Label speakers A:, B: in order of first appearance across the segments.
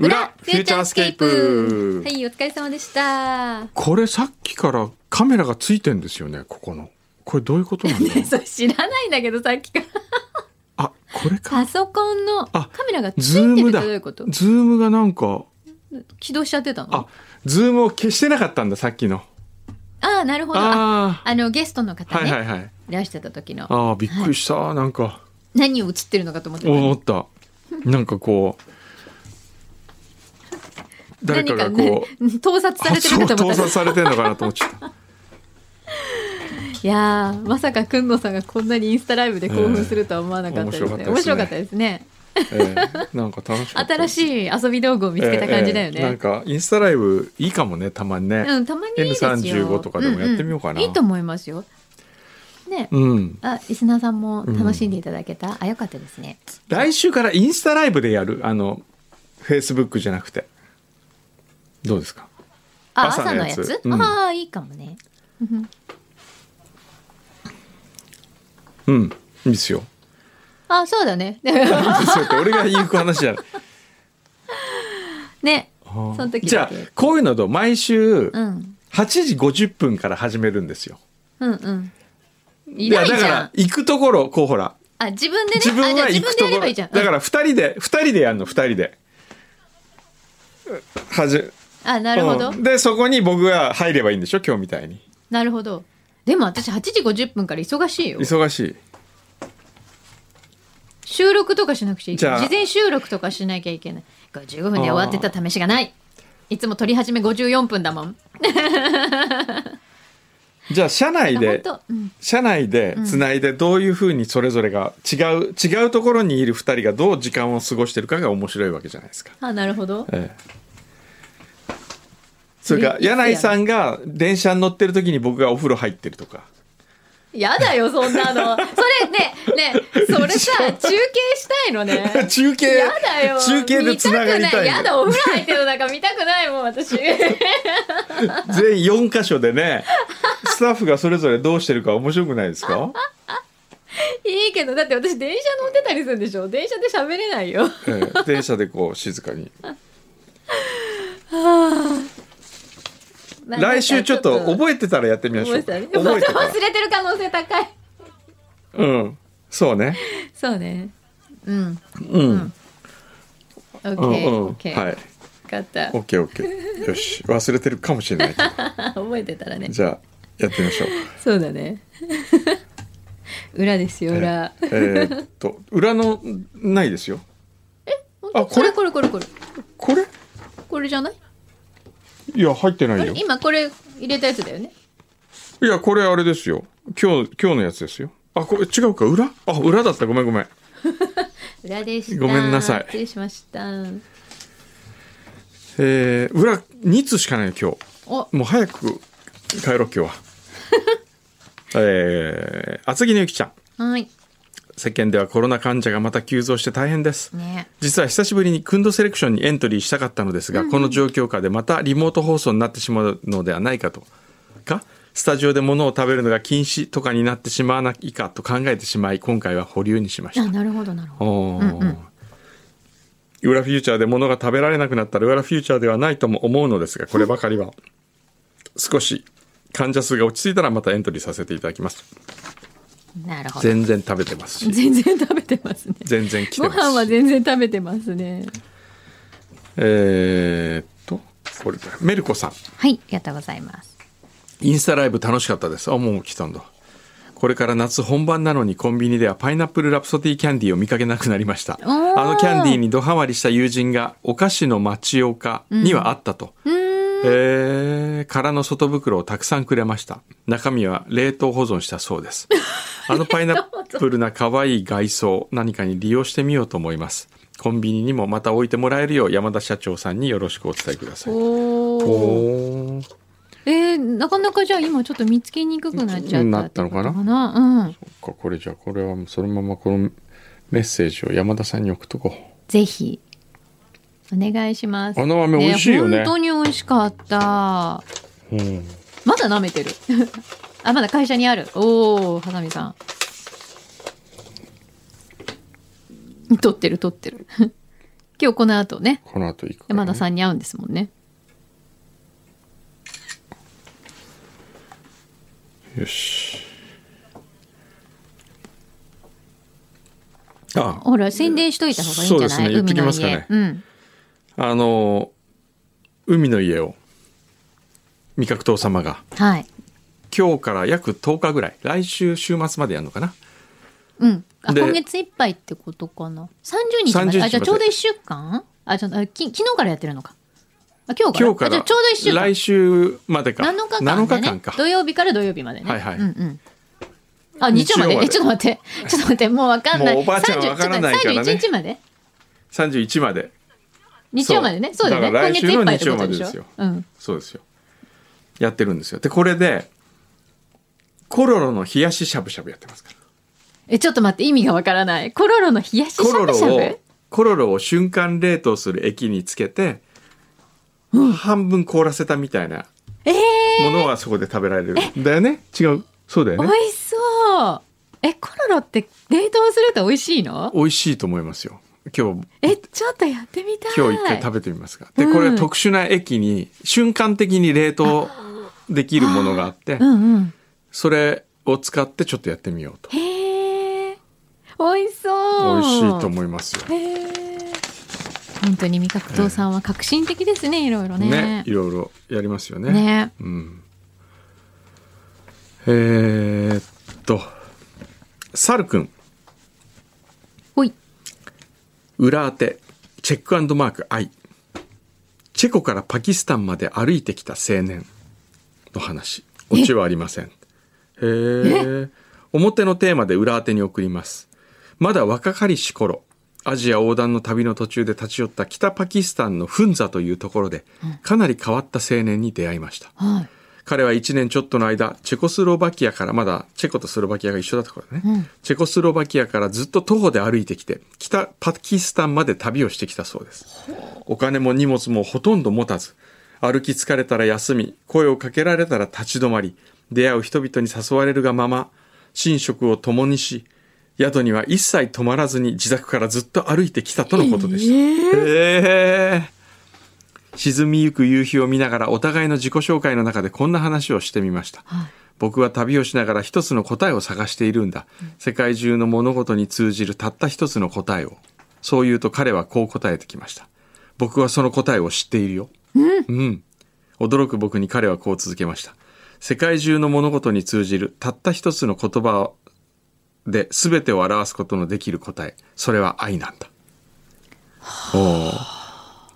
A: チャースケープ
B: はい、お疲れ様でした。
A: これさっきからカメラがついてんですよね、ここの。これどういうことなんだ ろう
B: それ知らないんだけど、さっきから
A: あ、これか。
B: パソコンのカメラがついてるってどういうこと
A: ズームがなんか。
B: 起動しちゃってたの
A: あ、ズームを消してなかったんだ、さっきの。
B: ああ、なるほど。ああの、ゲストの方ね。
A: はいはいはい。
B: いらしてた時の。
A: ああ、びっくりした、はい、なんか。
B: 何を映ってるのかと思って
A: 思った。なんかこう。誰かがこう、
B: ね、盗撮されてる
A: 盗撮されてるのかなと思っちゃった
B: いやまさかくんのさんがこんなにインスタライブで興奮するとは思わなかったですね、えー、面白かったですね、
A: ね、えー、なんか楽しかった
B: 新しい遊び道具を見つけた感じだよね、
A: えー、
B: えー
A: なんかインスタライブいいかもねたまにね、
B: うん、たまにいいですよ
A: N35 とかでもやってみようかな、うん
B: うん、いいと思いますよね、うん、あリスナーさんも楽しんでいただけた、うん、あよかったですね
A: 来週からインスタライブでやるあのフェイスブックじゃなくてどうですか。
B: あ、朝のやつ。やつうん、ああ、いいかもね。
A: うん、いいですよ。
B: あ、そうだね。
A: 俺が言う話じゃない。
B: ね。
A: その時じゃあ、こういうのと毎週。八時五十分から始めるんですよ。
B: うんうん。
A: いや、だから、行くところ、こうほら。
B: あ、自分でね。
A: 自分は行くところ。いいだから、二人で、二人でやるの、二人で。はじ、
B: あなるほど、うん
A: でそこに僕が入ればいいんでしょ今日みたいに
B: なるほどでも私8時50分から忙しいよ
A: 忙しい
B: 収録とかしなくちゃいけない事前収録とかしなきゃいけない55分で終わってた試しがないいつも撮り始め54分だもん
A: じゃあ社内で、うん、社内でつないでどういうふうにそれぞれが違う、違うところにいる2人がどう時間を過ごしてるかが面白いわけじゃないですか。
B: あなるほど、え
A: え、それか柳井さんが電車に乗ってる時に僕がお風呂入ってるとか。
B: やだよそんなのそれねねそれさ中継したいのね
A: 中継
B: やだよ
A: 中継でつながりたい
B: やだお風呂入ってるのなんか見たくないもん私
A: 全4箇所で ねスタッフがそれぞれどうしてるか面白くないです か
B: いいけどだって私電車乗ってたりするんでしょ電車で喋れないよ、
A: えー、電車でこう静かには
B: あ
A: まあ、来週ちょっと覚えてたらやってみましょう。覚えて、ね、
B: 忘れてる可能性高い。
A: うん、そうね。
B: そうね。うん。
A: うん。
B: オッケー、オッケー。
A: はい。
B: かった。
A: オッケー、オッケー。よし、忘れてるかもしれない。
B: 覚えてたらね。
A: じゃあ、やってみましょう。
B: そうだね。裏ですよ、裏。
A: えー、えー、っと、裏の、ないですよ。
B: え、あ、これ、これ、これ、これ。
A: これ。
B: これじゃない。
A: いや、入ってないよ。
B: 今これ入れたやつだよね。
A: いや、これあれですよ。今日、今日のやつですよ。あ、これ違うか、裏あ、裏だった。ごめんごめん。
B: 裏でし
A: ごめんなさい。
B: 失礼しました。
A: えー、裏2つしかない今日。もう早く帰ろう、今日は。 えー、厚木のゆきちゃ
B: ん。はい。
A: 世間ではコロナ患者がまた急増して大変です、
B: ね、
A: 実は久しぶりにクンドセレクションにエントリーしたかったのですが、うんうん、この状況下でまたリモート放送になってしまうのではないかとかスタジオで物を食べるのが禁止とかになってしまわないかと考えてしまい今回は保留にしました
B: なるほどなるほど、うんうん、
A: 裏フューチャーで物が食べられなくなったら裏フューチャーではないとも思うのですがこればかりは少し患者数が落ち着いたらまたエントリーさせていただきます
B: なるほど。
A: 全然食べてますし。
B: 全然食べてますね。
A: 全然
B: ご飯は全然食べてますね。
A: えー、っと、これメルコさん。
B: はい、ありがとうございます。
A: インスタライブ楽しかったです。あ、もう来たんだ。これから夏本番なのにコンビニではパイナップルラプソディキャンディーを見かけなくなりましたあのキャンディーにどハマりした友人がお菓子の町岡にはあったと、
B: うんうん
A: えー、空の外袋をたくさんくれました中身は冷凍保存したそうです あのパイナップルな可愛い外装何かに利用してみようと思いますコンビニにもまた置いてもらえるよう山田社長さんによろしくお伝えください
B: おえー、なかなかじゃあ今ちょっと見つけにくくなっちゃった
A: なったのかな
B: かな、うん、
A: そっかこれじゃあこれはそのままこのメッセージを山田さんに送っとこう
B: ぜひお願いします。
A: あの飴美味しいよね。
B: ね本当に美味しかった。
A: うん、
B: まだ舐めてる。 あ、まだ会社にある。おお、はさみさん。取ってる取ってる。 今日この後ね
A: この後行くからね
B: 山田さんに会うんですもんね
A: よしあ
B: ほら宣伝しといた方がいいんじゃない
A: そうですね言ってきますか
B: 海の
A: ね
B: 家うん
A: あの海の家を味覚党様が
B: はい
A: 今日から約10日ぐらい来週週末までやるのかな
B: うんあ
A: で
B: 今月いっぱいってことかな30日ま
A: 30日
B: で
A: まで
B: あじゃあちょうど1週間あじゃあき昨日からやってるのかあ今日から
A: 今日か
B: あじゃ
A: ら
B: あちょうど1週間
A: 来週までか
B: 7日間で
A: 7日間
B: ね
A: か
B: 土曜日から土曜日までね
A: はいはい
B: うんうんあ日曜まで
A: 日曜まで
B: えちょっと待って ちょっと待ってもうわかんない
A: もうおばあちゃんわからないからね
B: 30ちょっと待って31日
A: 31ま
B: まで
A: で
B: 日曜までねそうだよね
A: だから
B: 今
A: 来
B: 月
A: 週の
B: いっぱいってことでし
A: 日曜までですよ
B: ょうん
A: そうですよやってるんですよでこれでコロロの冷やししゃぶしゃぶやってますから
B: えちょっと待って意味がわからないコロロの冷やししゃ
A: コロ
B: ぶ
A: ロ
B: しゃ
A: を
B: ぶ
A: コロロを瞬間冷凍する液につけて、半分凍らせたみたいな
B: えー、
A: ものはそこで食べられるだよね違うそうだよね
B: 美味しそうえコロロって冷凍すると美味しいの
A: 美味しいと思いますよ今日
B: えちょっとやってみたい
A: 今日一回食べてみますがでこれ
B: うん
A: 特殊な液に瞬間的に冷凍できるものがあって
B: うんうん
A: それを使ってちょっとやってみようと
B: へえ美味しそう
A: 美味しいと思いますよ
B: へえ本当に味覚糖さんは革新的ですね、いろいろ
A: ね
B: ね
A: いろいろやりますよね
B: ね
A: うんえーっとサルくん
B: ほい
A: 裏当てチェックマーク I チェコからパキスタンまで歩いてきた青年の話オチはありませんへえ表のテーマで裏当てに送りますまだ若かりし頃アジア横断の旅の途中で立ち寄った北パキスタンのフンザというところでかなり変わった青年に出会いました
B: はい
A: 彼は1年ちょっとの間チェコスロバキアからまだチェコとスロバキアが一緒だった頃ね、
B: うん
A: チェコスロバキアからずっと徒歩で歩いてきて北パキスタンまで旅をしてきたそうですお金も荷物もほとんど持たず歩き疲れたら休み声をかけられたら立ち止まり出会う人々に誘われるがまま寝食を共にし宿には一切泊まらずに自宅からずっと歩いてきたとのことでした、へえ沈みゆく夕日を見ながらお互いの自己紹介の中でこんな話をしてみました、
B: はい
A: 僕は旅をしながら一つの答えを探しているんだ、世界中の物事に通じるたった一つの答えをそう言うと彼はこう答えてきました僕はその答えを知っているようん、驚く僕に彼はこう続けました世界中の物事に通じるたった一つの言葉で全てを表すことのできる答えそれは愛なんだおー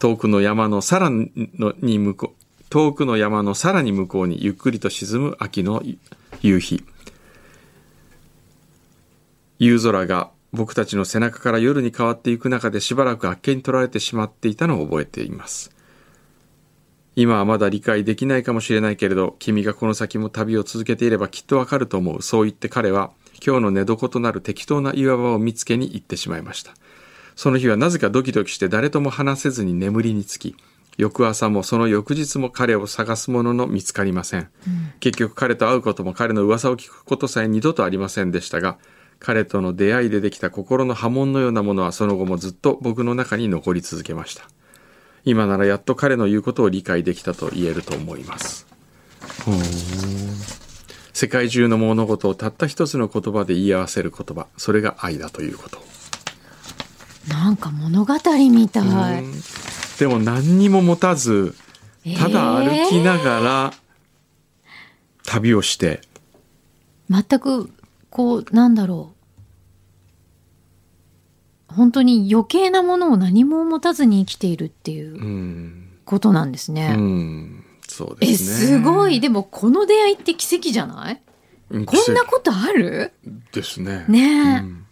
A: 遠くの山のさらに向こう遠くの山のさらに向こうにゆっくりと沈む秋の夕日夕空が僕たちの背中から夜に変わっていく中でしばらくあっけに取られてしまっていたのを覚えています今はまだ理解できないかもしれないけれど君がこの先も旅を続けていればきっとわかると思うそう言って彼は今日の寝床となる適当な岩場を見つけに行ってしまいましたその日はなぜかドキドキして誰とも話せずに眠りにつき翌朝もその翌日も彼を探すものの見つかりません、結局彼と会うことも彼の噂を聞くことさえ二度とありませんでしたが彼との出会いでできた心の波紋のようなものはその後もずっと僕の中に残り続けました今ならやっと彼の言うことを理解できたと言えると思います世界中の物事をたった一つの言葉で言い合わせる言葉それが愛だということ
B: なんか物語みたい、
A: でも何にも持たずただ歩きながら旅をして、
B: 全くこうなんだろう本当に余計なものを何も持たずに生きているっていう
A: うん
B: ことなんですね、
A: うんそうで
B: え
A: すね
B: すごいでもこの出会いって奇跡じゃない
A: うん
B: こんなことある
A: 奇跡ですね
B: ねえ
A: うん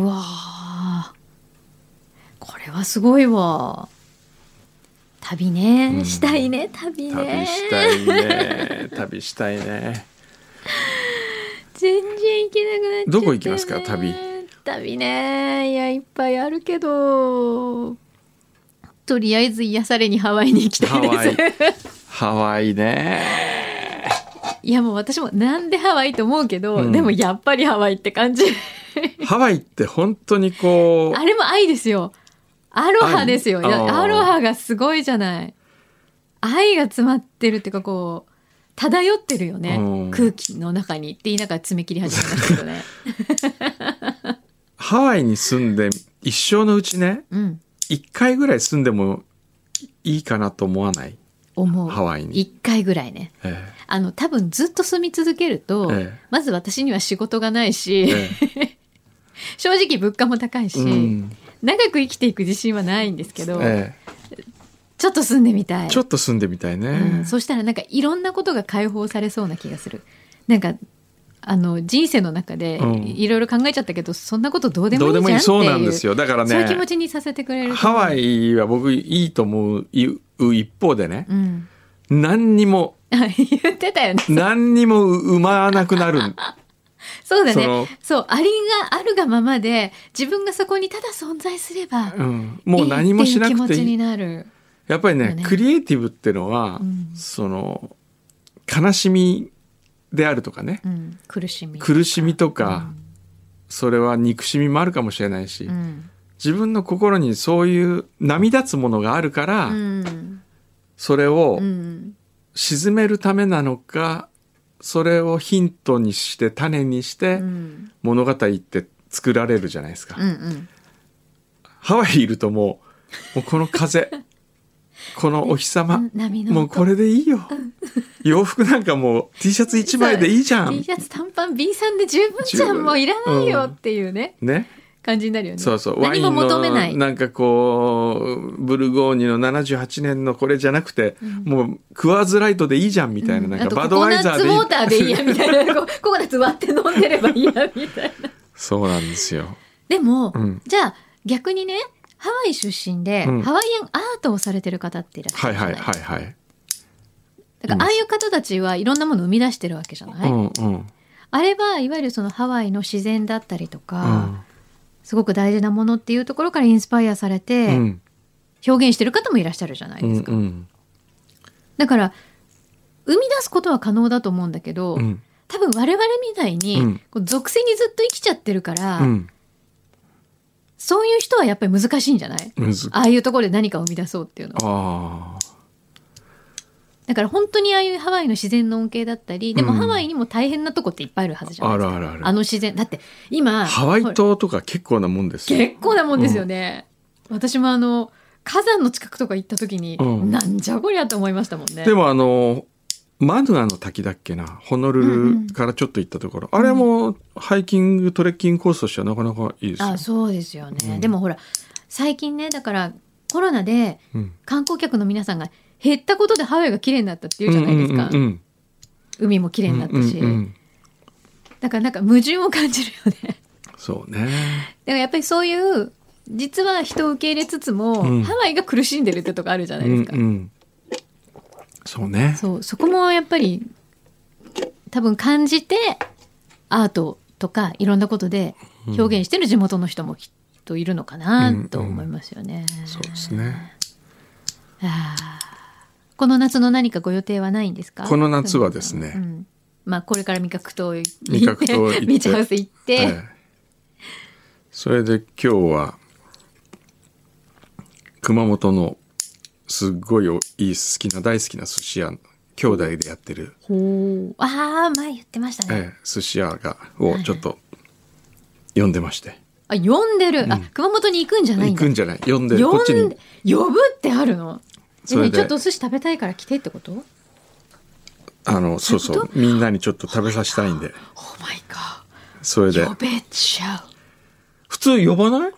B: うわーこれはすごいわ旅ね、
A: うん
B: したいね旅
A: 旅
B: ね
A: したいね旅したい ね
B: 全然行けなくなっちゃったよね
A: どこ行きますか旅
B: 旅ねいやいっぱいあるけどとりあえず癒されにハワイに行きたい
A: ハワイ
B: です
A: ハワイね
B: いやもう私もなんでハワイと思うけど、
A: うん
B: でもやっぱりハワイって感じ
A: ハワイって本当にこ
B: あれも愛ですよアロハですよ。い
A: あー
B: や、アロハがすごいじゃない。愛が詰まってるっていうか、こう、漂ってるよ
A: うん
B: ね。空気の中にって言いながら爪切り始めましたけど ね。
A: ハワイに住んで一生のうちね
B: うん。
A: 一回ぐらい住んでもいいかなと思わない、
B: 思う。
A: ハワイに
B: 一回ぐらいね。
A: え
B: あの、多分ずっと住み続けると、
A: ええ
B: まず私には仕事がないし、
A: ええ
B: 正直物価も高いし、
A: え うん
B: 長く生きていく自信はないんですけど、
A: え
B: ちょっと住んでみた
A: え
B: い。
A: ちょっと住んでみたいね、
B: うん、そしたらなんかいろんなことが解放されそうな気がする。なんかあの人生の中で
A: うん
B: いろいろ考えちゃったけど、そんなことどうで
A: ど
B: も
A: う
B: い
A: で
B: い
A: も
B: じ
A: い
B: ゃ
A: い
B: んっていう
A: そうなんですよだから
B: そういう気持
A: ね
B: ちにさせてくれる
A: ハワ
B: イ、
A: イは僕いいと思ういう一方でね
B: うん、
A: 何にも
B: あ言ってたよね
A: 何にも生まなくな るん
B: そうだ
A: その
B: ねそうありがあるがままで自分がそこにただ存在すれば
A: うん、もう何もしなくて
B: いいっていう気持ち
A: いい
B: になる
A: やっぱりね
B: よね
A: クリエイティブってのは、
B: うん
A: その悲しみであるとかね、
B: うん、苦しみ
A: 苦しみとか、それは憎しみもあるかもしれないし、
B: うん
A: 自分の心にそういう波立つものがあるから、
B: うん
A: それを
B: うん
A: 沈めるためなのかそれをヒントにして種にし
B: う
A: て
B: ん
A: 物語って作られるじゃないですか、
B: うんうん
A: ハワイいるともうもうこの 風このお日様、
B: 波の音
A: もうこれでいいよ洋服なんかもう T シャツ1枚でいいじゃん
B: T シャツ短パン B さんで十分じゃ
A: 十分
B: んもういらないよっていうね、
A: ね
B: 感じになるよね
A: そうそうワイ
B: 何
A: ン
B: も
A: の
B: 求めない
A: なんかこうブルゴーニュの78年のこれじゃなくて、もうクワーズライトでいいじゃんみたいな,、なん
B: あ
A: か
B: と
A: バドワイザーでいい
B: ココナッツウォーターでいいやみたいなこ うココナッツ割って飲んでればいいやみたいな
A: そうなん ですよ、
B: でも、
A: うん
B: じゃあ逆にねハワイ出身で、
A: うん
B: ハワイアンアートをされてる方っていらっしゃ
A: はい
B: るじゃ
A: は
B: ないい
A: はいはい、
B: だからああいう方たちはいろんなものを生み出してるわけじゃない、
A: うんうん
B: あれはいわゆるそのハワイの自然だったりと
A: う
B: か、
A: ん
B: すごく大事なものっていうところからインスパイアされ
A: う
B: て
A: ん
B: 表現してる方もいらっしゃるじゃないです
A: う
B: か。
A: んうん
B: だから生み出すことは可能だと思うんだけど、
A: うん
B: 多分我々みたいに、
A: うん
B: こう属性にずっと生きちゃってるから、
A: うん
B: そういう人はやっぱり難しいんじゃない
A: むず
B: ああいうところで何かを生み出そうっていうのは
A: あー
B: だから本当にああいうハワイの自然の恩恵だったりでも
A: うん
B: ハワイにも大変なとこっていっぱいあるはずじゃない
A: あ
B: で
A: る
B: すか、
A: あるある
B: あの自然だって今
A: ハワイ
B: ほ
A: 島とか結構なもんです
B: ら
A: よ
B: 結構なもんですよね、私もあの火山の近くとか行った時に、
A: うん
B: なんじゃこりゃと思いましたもんね
A: でもあのマヌアの滝だっけなホノ
B: うんう
A: ル
B: ん
A: ルからちょっと行ったところ、あれもハイキングトレッキングコースとしてはなかなかいいですよ
B: あそうですよね、
A: うん
B: でもほら最近ねだからコロナで
A: うん
B: 観光客の皆さんが減ったことでハワイが綺麗になったっていうじゃないですか、
A: うんうん
B: 海も綺麗
A: うん
B: になったし、
A: うんうんうん
B: だからなんか矛盾を感じるよね
A: そうね
B: だからやっぱりそういう実は人を受け入れつつも、
A: うん
B: ハワイが苦しんでるってとこあるじゃないですか、
A: うんうん、そうね
B: そうそこもやっぱり多分感じてアートとかいろんなことで表現してる地元の人もきっといるのかなと思いますよね、
A: そうですね
B: あーこの夏の何かご予定はないんですか
A: この夏はですね
B: うんまあこれから味覚と行って
A: 味覚糖行 って
B: ビーチハウス行って、
A: ええそれで今日は熊本のすっごいおいい好きな大好きな寿司屋兄弟でやってる、
B: ほうああ前言ってましたね、
A: ええ寿司屋がをちょっと呼んでまして
B: あ呼んでる、あ熊本に行くんじゃない
A: 行
B: んだ
A: くんじゃない呼んでこ
B: 呼
A: っ
B: ん
A: ちに
B: で呼ぶってあるの
A: それで
B: えちょっとお寿司食べたいから来てってことオー
A: あのそうそうみんなにちょっと食べさせたいんで
B: マイガ
A: それで
B: ー呼べちゃう
A: 普通呼ばないあれ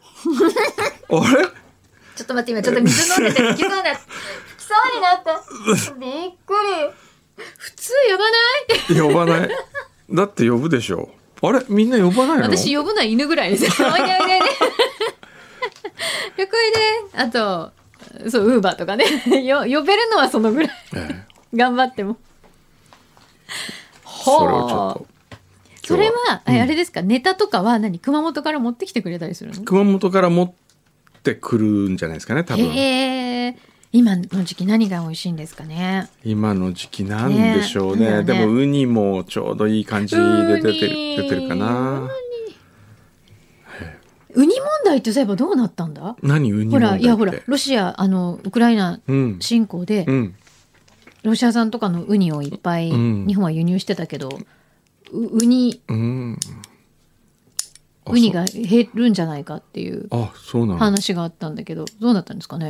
B: ちょっと待って今ちょっと水飲んでて吹き そうだ吹きそうになったびっくり普通呼ばな
A: 呼
B: い
A: ばない。だって呼ぶでしょ。あれみんな呼ばないの
B: 私呼ぶのは犬ぐらいですよ。 おいでおいでおいで。よくおいで。あと、そう、ウーバーとかね。 よ呼べるのはそのぐらい。
A: ええ
B: 頑張っても。ほう
A: それをちょっと。
B: それ
A: 今日
B: は、えあれですか、ネタとかは何熊本から持ってきてくれたりするの
A: 熊本から持ってくるんじゃないですかね、多分。
B: へえ。今の時期何が美味しいんですかね。
A: 今の時期なんでしょうね。
B: ね
A: でも、ウニもちょうどいい感じで出て
B: ウニ
A: る、出てるかな。
B: ウニ問題ってそういえばどうなったんだ
A: 何ウニ
B: ほ
A: 問題っ
B: ら
A: て
B: いやほらロシアあのウクライナ
A: うん
B: 侵攻で、
A: うん
B: ロシア産とかのウニをいっぱい
A: うん
B: 日本は輸入してたけど、うウニ
A: うんあ
B: ウニが減るんじゃないかっていう
A: そうあそうなの
B: 話があったんだけどどうなったんですかね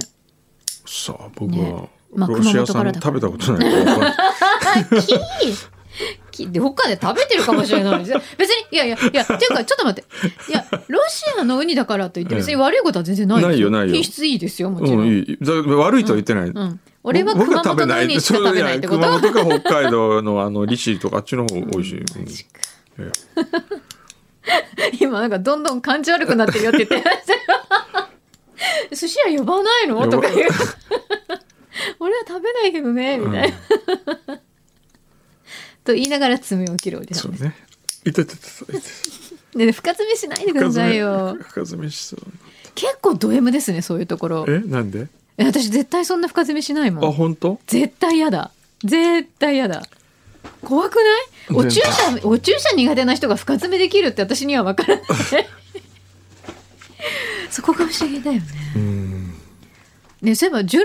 A: さあ僕は
B: ねまあ
A: ロシア産
B: 熊本からだか
A: 食べたこと
B: ら
A: ないからわかんない
B: きで他で食べてるかもしれないですよ別にいやいやいやっていうかちょっと待っていやロシアのウニだからといって別に悪いことは全然ないです
A: ないよないよ
B: 品質いいですよ もちろん、
A: うんいいだ悪いとは言ってない
B: うん、俺は熊本のウニしか食べないってこと
A: 僕は食べないそういや熊本か北海道のあの利尻とかあっちの方美味しい、うん
B: マジか
A: え
B: 今なんかどんどん感じ悪くなってるよって言ってま した寿司屋呼ばないの
A: 呼ば
B: とか言う 俺は食べないけどねみたいな、
A: うん
B: と言いながら爪を切るおじさ
A: そ
B: ん
A: う
B: です
A: ねいたいたいたいた
B: ねえ深爪しないでくださいよ
A: 深爪しそう
B: 結構ド M ですねそういうところ
A: えなんで
B: え私絶対そんな深爪しない
A: あ
B: もん
A: 本当
B: 絶対嫌だ絶対嫌だ怖くないお注
A: 全
B: 射お注射苦手な人が深爪できるって私には 分からないそこが不思議だよね
A: うん
B: ねそういえば16時間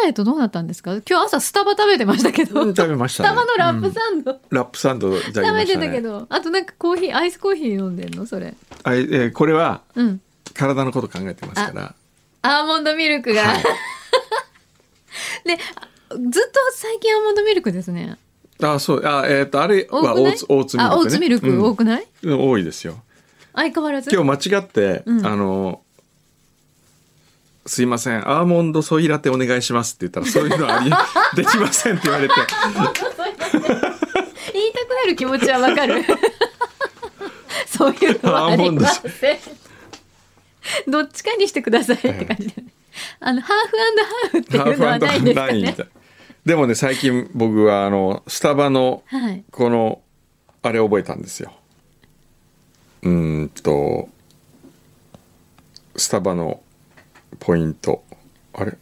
B: ダイエットどうなったんですか今日朝スタバ食べてましたけど、
A: 食べまし
B: ス
A: たね
B: タバのラップサンド、
A: ラップサンドいただき
B: 食
A: ま
B: べ
A: してた
B: たけ
A: ね
B: どあとなんかコーヒーアイスコーヒー飲んでんのそれ
A: あえーこれは
B: うん
A: 体のこと考えてますから
B: アーモンドミルクが、
A: はい
B: ねずっと最近アーモンドミルクですね
A: あそうあえっ、とあれ
B: 多く
A: は
B: な
A: オ
B: い
A: ーツオーツミルク、
B: あ
A: ね、
B: オーツミルク多くない、
A: うん多いですよ
B: 相変わらず
A: 今日間違って、
B: うん
A: あのすいませんアーモンドソイラテお願いしますって言ったらそういうのありできませんって言われて
B: 言いたくなる気持ちはわ かるそういうのはありませんどっちかにしてくださいって感じだよねあのハーフハーフっていうのはないんですか
A: ラインみ
B: ね
A: たいでもね最近僕はあのスタバの
B: はい
A: このあれ覚えたんですようーんとスタバのポイントあれ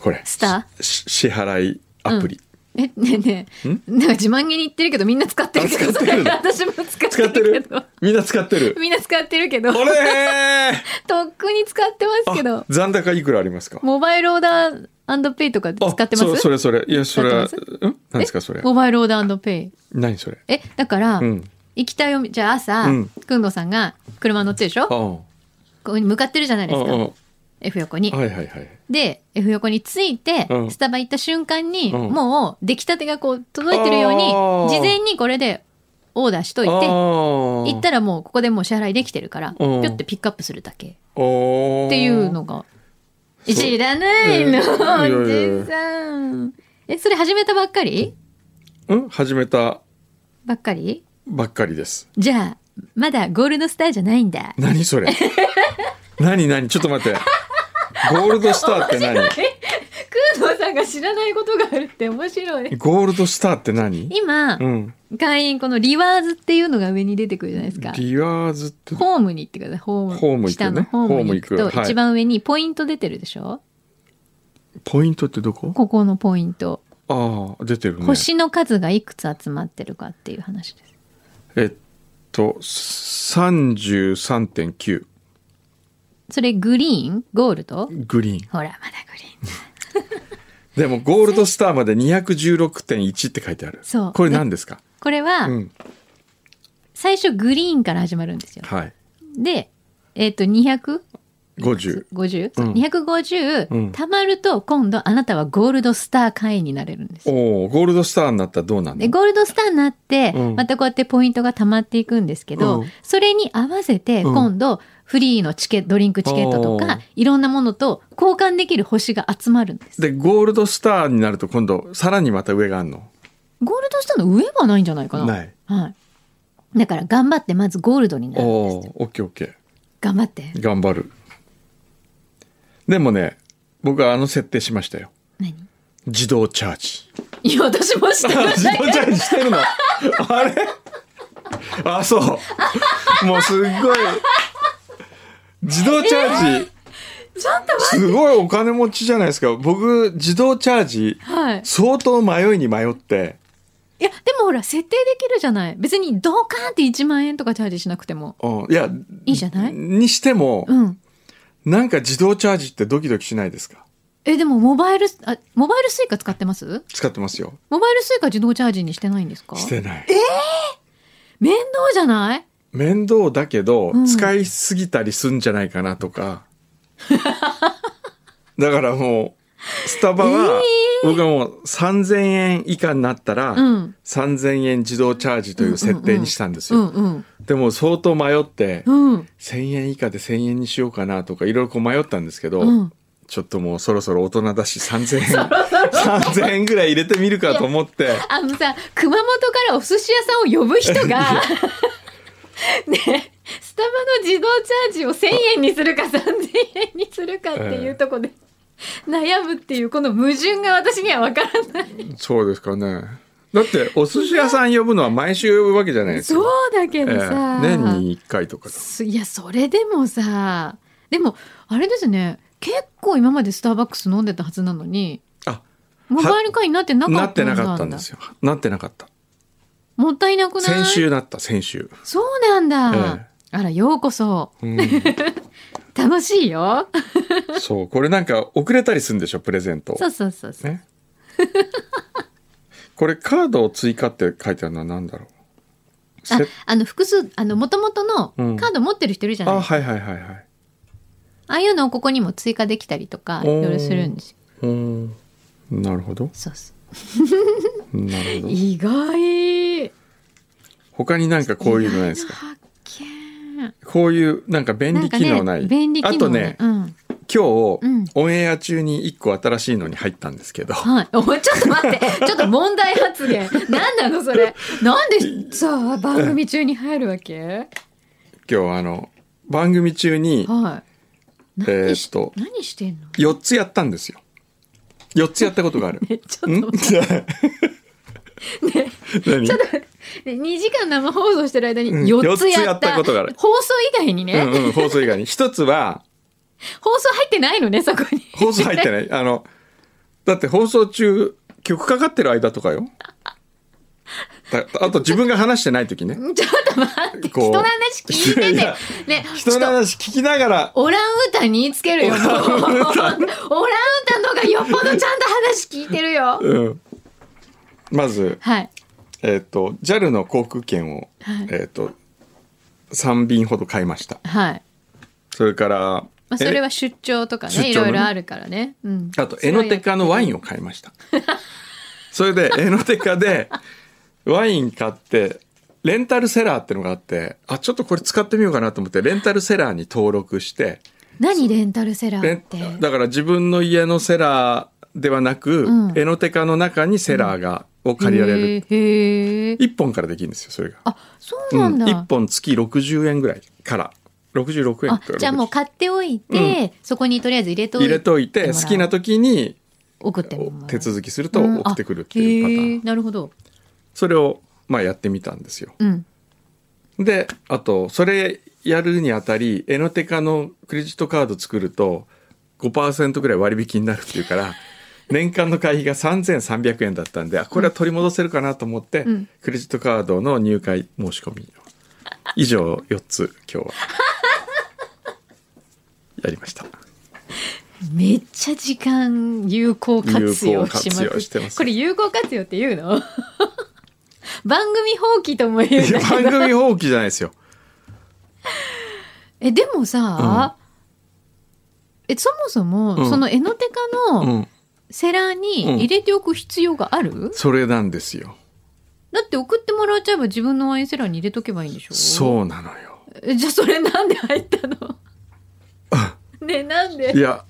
A: これ
B: スタ
A: し支払いアプリ、
B: えねえねえなんか自慢げに言ってるけどみんな使ってるけ
A: あ
B: ど
A: 使っ
B: そ
A: てる
B: れ私も使
A: 使
B: っ
A: って
B: てるけ
A: る
B: ど
A: みんな使って る
B: みんな使ってるけど
A: こ れー
B: とっくに使ってますけ
A: あ
B: ど
A: 残高いくらありますか
B: モバイルオーダーペイとか使
A: あ
B: って
A: そ
B: ま
A: う
B: す
A: それそれいやそれはん
B: 使って
A: 何ですかそれ
B: モバイルオーダーペイ
A: 何それ
B: えだから、
A: うん
B: 行きたいおみじゃあ朝、
A: うん
B: くんどさんが車乗ってるでしょ
A: あ
B: こ
A: あ
B: こに向かってるじゃないです
A: ああ
B: か F 横に
A: ああ。はいはいはい
B: で F 横に着いて、
A: うん
B: スタバ行った瞬間に、
A: うん
B: もう出来たてがこう届いてるように
A: あー
B: 事前にこれでオーダーしといて行
A: 行
B: ったらもうここでもう支払いできてるから
A: ん
B: ぴょってピックアップするだけっ
A: って
B: いうのが
A: そう
B: 知らない
A: う
B: の
A: ん
B: お
A: いやいやいや
B: じさん。えそれ始めたばっかり
A: うん始めた
B: ばっかり
A: ばっかりです
B: じゃあまだゴールドスターじゃないんだ。
A: 何そ れ何何ちょっと待ってゴールドスターって 何
B: 工藤さんが知らないことがあるって面白い。
A: ゴールドスターって何
B: 今、
A: うん
B: 会員、このリワーズっていうのが上に出てくるじゃないですか。
A: リワーズって
B: ホームに行ってください。ホーム。
A: ホーム行くね
B: 下のホームに行く
A: ホーム行
B: と、
A: くはい
B: 一番上にポイント出てるでしょ
A: ポイントってどこ
B: ここのポイント。
A: ああ出てるね
B: 星の数がいくつ集まってるかっていう話です。
A: えっと33.9
B: それグリーンゴールド
A: グリーン
B: ほら、まだグリーン。
A: でもゴールドスターまで216.1って書いてある。
B: そう
A: これ何ですか。
B: これは、
A: うん。
B: 最初グリーンから始まるんですよ。
A: はい。
B: で、えっ、と、200?
A: 五十。
B: 50?
A: うん
B: 250、
A: うん
B: たまると今度あなたはゴールドスター会員になれるんですよ。
A: おお、ゴールドスターになったらどうなん
B: で
A: の。
B: ゴールドスターになって、
A: うん
B: またこうやってポイントがたまっていくんですけど、
A: うん
B: それに合わせて
A: うん
B: 今度フリーのチケドリンクチケットとか、
A: おー
B: いろんなものと交換できる星が集まるんです。
A: で、ゴールドスターになると、今度さらにまた上があるの。
B: ゴールドスターの上はないんじゃないかな。
A: ない。
B: はい。だから頑張ってまずゴールドにな
A: お
B: るんです。
A: お、オッケー、オッケ
B: 頑張って。
A: ー。頑張る。でもね、僕はあの設定しましたよ。
B: 何
A: 自動チャージ。
B: いや、私もしてない。
A: 自 動チャージしてるの。あれ。あ、そう。もうすっごい。自動チャージ。
B: ちょっと待
A: すごいお金持ちじゃないですか。僕、自動チャージ、
B: って。はい。
A: 相当迷いに迷って、
B: いやでもほら設定できるじゃない別にドカーンって1万円とかチャージしなくても
A: うん、いや
B: いいじゃない
A: にしても、
B: うん
A: なんか自動チャージってドキドキしないですか
B: えでもモバイルあモバイルスイカ使ってます
A: 使ってますよ
B: モバイルスイカ自動チャージにしてないんですか
A: してない
B: 面倒じゃない
A: 面倒だけど、
B: うん
A: 使いすぎたりすんじゃないかなとか だからもうスタバは、僕はもう3000円以下になったら、
B: うん
A: 3000円自動チャージという設定にしたんです
B: う
A: よ、
B: んうん
A: でも相当迷って、
B: うん
A: 1000円以下で1000円にしようかなとかいろいろこう迷ったんですけど、
B: うん
A: ちょっともうそろそろ大人だし3000円3000円ぐらい入れてみるかと思って
B: あのさ熊本からお寿司屋さんを呼ぶ人がねスタバの自動チャージを1,000円にするか3,000円にするかっていうとこで悩むっていうこの矛盾が私には分からない
A: そうですかねだってお寿司屋さん呼ぶのは毎週呼ぶわけじゃないです
B: そう
A: か、
B: だけ
A: え
B: ど
A: え
B: さ、
A: 年に1回とか
B: すいやそれでもさでもあれですね結構今までスターバックス飲んでたはずなのに
A: あ
B: モバイル会になってなか
A: な
B: っ
A: って
B: たんだ
A: なかったんですよなってなかった
B: もったいなくない
A: 先週なった先週、
B: そうなんだ、
A: え
B: あらようこそ
A: うん、
B: 楽しいよ
A: そうこれなんか遅れたりするんでしょプレゼント
B: そうそうそうそう、
A: ね これカードを追加って書いてあるのは何だろう
B: あ
A: セッ
B: あの複数あの元々
A: う
B: の
A: ん
B: カード持ってる人いるじゃない、
A: あ
B: あ
A: はいはいはいはい
B: あいうのをここにも追加できたりとかいろいろするんですよ
A: うんなるほど
B: そうそう
A: なるほど
B: 意外
A: 他になんかこういうのないですか
B: 発見
A: こういうなんか便利機能ない
B: んかね、便利機能
A: あとね、
B: うん、
A: 今日、
B: うん
A: オンエア中に1個新しいのに入ったんですけど
B: はい。おいちょっと待って。ちょっと問題発 言。なんなのそれ。なんでさあ、番組中に入るわけ
A: 今日あの番組中に
B: はい。
A: え
B: 何
A: ー
B: し
A: っと
B: 何してんの
A: 4つやったんですよ4つやったことがある
B: え、ちょっと
A: ん
B: 待って。
A: 何
B: で2時間生放送してる間に
A: うん
B: 4つや
A: 四
B: った,、
A: つやったことがある
B: 放送以外にね、
A: うんうん放送以外に1つは
B: 放送入ってないのねそこに
A: 放送 入ってないあのだって放送中曲かかってる間とかよだあと自分が話してない時ね
B: ちょっと待って
A: こう
B: 人の話聞いてて
A: いや
B: ねち
A: 人
B: ょっ
A: の
B: と
A: 話聞きながら
B: オランウータンに言いつけるよもうオランウータンの方がよっぽどちゃんと話聞いてるよ
A: うんまず、
B: はい
A: えっと JAL の航空券を、
B: はい
A: えっと3便ほど買いました
B: はい
A: それから、
B: まあ、それは出張とか
A: 出張
B: ね
A: のね
B: いろいろあるからね、うん、
A: えあとエノテカのワインを買いましたそれ でエノテカでワイン買ってレンタルセラーってのがあってあちょっとこれ使ってみようかなと思ってレンタルセラーに登録して
B: 何レンタルセラ
A: レ
B: ーっ
A: ン
B: て
A: だから自分の家のセラーではなく、
B: うん
A: エノテカの中にセラーが、を借りられる
B: へーへー
A: 1本からできるんですよそれが。
B: あそうなんだ、
A: 1本月60円ぐらいから66円
B: あ
A: とか
B: じゃあもう買っておいて、そこにとりあえず入れと
A: 入れ
B: いて
A: といて
B: もらう
A: 好きな時に
B: 送ってもらう
A: 手続きすると送ってくるっていうパターン、
B: うんあへーなるほど
A: それをまあやってみたんですよ
B: うん
A: であとそれやるにあたりエノテカのクレジットカード作ると5%ぐらい割引になるっていう から年間の会費が3300円だったんであこれは取り戻せるかなと思って、
B: うん
A: クレジットカードの入会申し込みを以上4つ今 日はやりました。
B: めっちゃ時間有効活用しま
A: 有効活用
B: す
A: してます
B: これ有効活用って言うの 番組放棄とも言うん
A: いや
B: だけ
A: 番
B: ど
A: 組放棄じゃないですよ。
B: えでもさ、えそもそも、
A: うん
B: そのエノテカの、
A: うん、
B: セラーに入れておく必要がある、
A: それなんですよ。
B: だって送ってもらっちゃえば自分のワインセラーに入れとけばいいんでしょ
A: そうなのよ。
B: えじゃあそれなんで入ったの ねなんで
A: いや、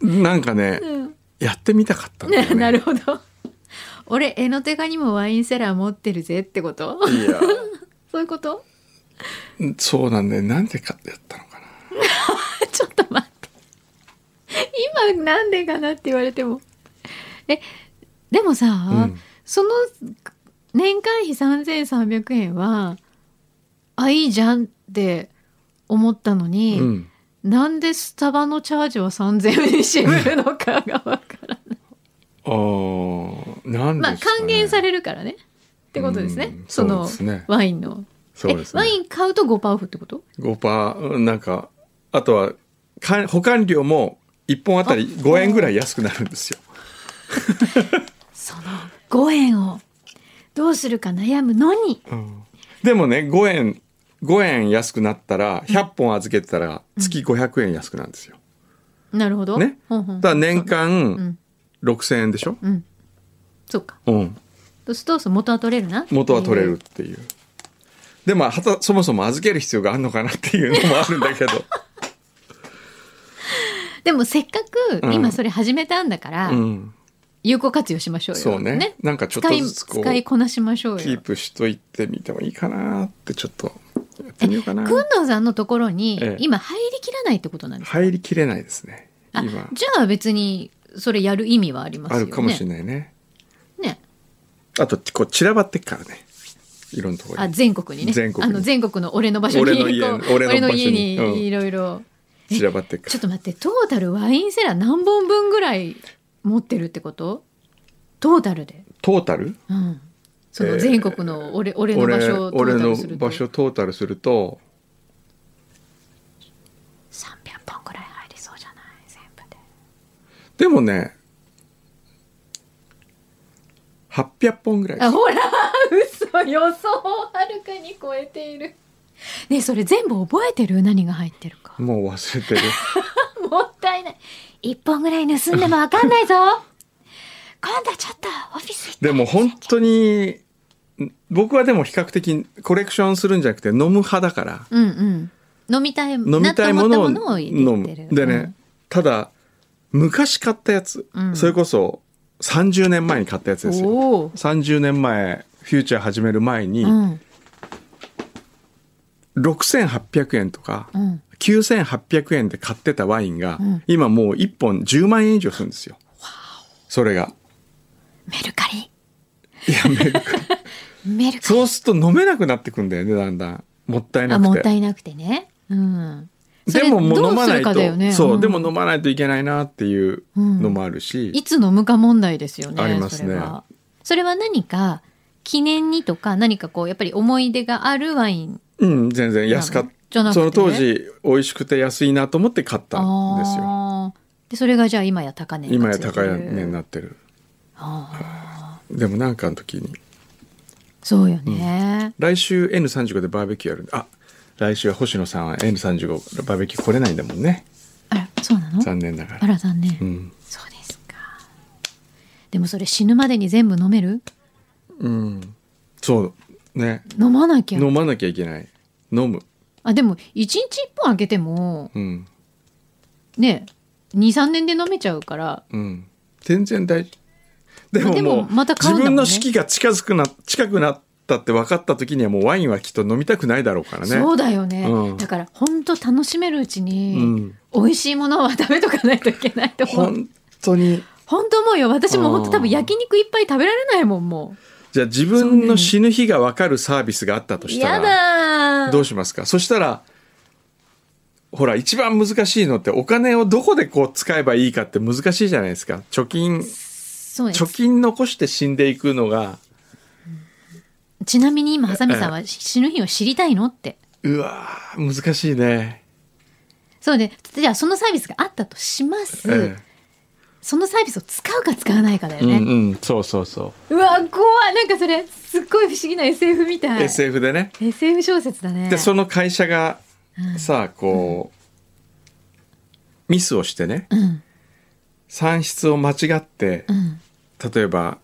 A: なんかね、
B: うん
A: やってみたかったんだよ
B: ね
A: ね。
B: なるほど俺エノテカにもワインセラー持ってるぜってこと
A: いや、
B: そういうこと
A: そうなんで、なんでかやったのかな。
B: ちょっと待って今なんでかなって言われてもえでもさ、
A: うん
B: その年会費3300円はあいいじゃんって思ったのに、
A: うん。
B: なんでスタバのチャージは3000円に絞るのかがわからない。
A: ああ、なん
B: ま
A: で
B: あ
A: すか、ね。
B: 還元されるからね。ってことですね
A: うん。
B: その
A: そうですね
B: ワインの。
A: そうです
B: えワ
A: ね
B: イン買うと5%オフってこと
A: 5パーなんかあとはか保管料も1本あたり5円ぐらい安くなるんですよ
B: その5円をどうするか悩むのに。
A: でもね5円5円安くなったら100本預けてたら月500円安くなるんですよ、
B: なるほど。
A: ね
B: ほんほん
A: だから年
B: ん
A: 間6000円でしょ、
B: うん。そうか。
A: うん、
B: そうするとそう元は取れるな。
A: 元は取れるっ。ていうでまあはたそもそも預ける必要があるのかなっていうのもあるんだけ ど
B: でもせっか
A: うん
B: く今それ始めたんだから、
A: うん
B: 有効活用しましょうよ。
A: そうねなんかちょっと
B: 使い
A: ずつこう
B: 使いこなしましょう
A: キー
B: よ。
A: プしといてみてもいいかなってちょっとやってみようかな
B: くんどうさんのところに、
A: ええ
B: 今入りきらないってことなんですか、
A: 入りきれないですね
B: あ
A: 今
B: じゃあ別にそれやる意味はあります
A: あ
B: よね。
A: るかもしれ
B: ない。
A: ないね
B: ね。
A: あとこう散らばってっからねいろんなところ
B: あ
A: に
B: 全国にね
A: 全国に
B: あの全国の俺の場所に
A: 俺の家
B: こう
A: 俺の場所に
B: 俺の家
A: うん
B: にいろいろ
A: 散らばってっか
B: ち
A: ら
B: ょっと待ってトータルワインセラー何本分ぐらい持ってるってことトータルで、
A: トータル
B: うん、そ
A: え
B: の
A: ー
B: 全国の俺,、俺の場所をト
A: 俺
B: ータ
A: の
B: ルすると
A: 場所トータルすると
B: 300本ぐらい入りそうじゃない全部で
A: でもね800本ぐらい
B: あほら嘘予想をはるかに超えているねえそれ全部覚えてる何が入ってるか
A: もう忘れてる
B: もったいない一本ぐらい盗んでもわかん ないぞ今度ちょっとオフィス行って
A: でも本当に僕はでも比較的コレクションするんじゃなくて飲む派だから
B: うんうん飲みたい
A: 飲みたいものを
B: なと思ったものを入れて
A: 飲む
B: る
A: でね、ただ昔買ったやつ、
B: うん
A: それこそ30年前に買ったやつ
B: うん
A: ですよ
B: おお、
A: 30年前フューチャー始める前に、
B: うん
A: 6800円とか
B: うん、
A: 9800円で買ってたワインが、
B: うん
A: 今もう1本10万円以上するんですよそれが
B: メルカリ
A: いやめ
B: メルカリ
A: そうすると飲めなくなってくんだよねだんだんもったいな
B: あ
A: くて
B: もったいなくてねうんそ
A: で
B: れ
A: ももう飲まない
B: どうするか
A: と
B: だよね
A: そう、
B: ん
A: でも飲まないといけないなっていうのもあるし、
B: いつ飲むか問題ですよね
A: ありますね
B: それはそれは何か記念にとか何かこうやっぱり思い出があるワイン
A: うん、全然安かっ
B: じゃな
A: た。
B: くて
A: その当時、美味しくて安いなと思って買ったんですよ。
B: あーでそれがじゃあ今や高値
A: 今
B: が
A: や
B: ついてる
A: 高い値になってる。
B: あ
A: でもなんかの時に、
B: ーそうよね、
A: 来週 N35 でバーベキューやるんで、あ、来週は星野さんは N35 バーベキュー来れないんだもんね。
B: あらそうなの
A: 残念なが
B: あ
A: ら。
B: ら残念、
A: うん。
B: そうですかでもそれ死ぬまでに全部飲める
A: うん。そう。ね。
B: 飲まなきゃ
A: 飲まなきゃいけない。飲む。
B: あでも1日1本開けても
A: うん。
B: ね23年で飲めちゃうから
A: うん。全然大事。で
B: まあ
A: も
B: で
A: も
B: も
A: う、
B: また買
A: 自
B: うんだ
A: 分
B: もんね
A: の式が近づくな、近くなったって分かった時にはもうワインはきっと飲みたくないだろうからね。
B: そうだよね、
A: うん
B: だから本当楽しめるうち
A: う
B: に、
A: ん。
B: 美味しいものは食べとかないといけないと思う
A: 本当に
B: 本当思うよ私も本
A: う
B: 当
A: ん
B: 多分焼肉いっぱい食べられないもんも
A: じゃあ自分の死ぬ日が分かるサービスがあったと
B: う
A: した
B: や
A: ら
B: だー
A: どうしますかそしたらほら一番難しいのってお金をどこでこう使えばいいかって難しいじゃないですか貯金
B: そうです
A: 貯金残して死んでいくのが
B: ちなみに今ハサミさんは死ぬ日を知りたいのって
A: うわー難しいね、
B: そうでじゃあそのサービスがあったとします、
A: え
B: そのサービスを使うか使わないかだ
A: え
B: よね、
A: うんうんそうそうそう
B: わ怖いなんかそれすっごい不思議な SF み
A: う、
B: たい
A: SF でね
B: SF 小説だね
A: でその会社が
B: うん
A: さあこう、ミスをしてね
B: うん
A: 算出を間違って
B: うん
A: 例えば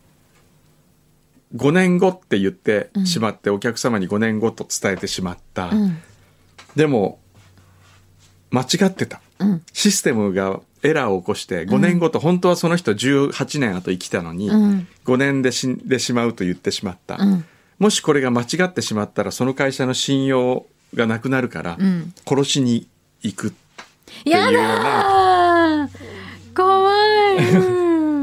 A: 5年後って言って
B: うん
A: しまって、お客様に5年後と伝えてしまった、
B: うん
A: でも間違ってた
B: うん
A: システムがエラーを起こして5年後と本当はその人18年後生きたのに、
B: うん
A: 5年で死んでしまうと言ってしまった、
B: うん
A: もしこれが間違ってしまったらその会社の信用がなくなるから、
B: うん
A: 殺しに行くいうよう
B: や
A: な
B: だー怖いう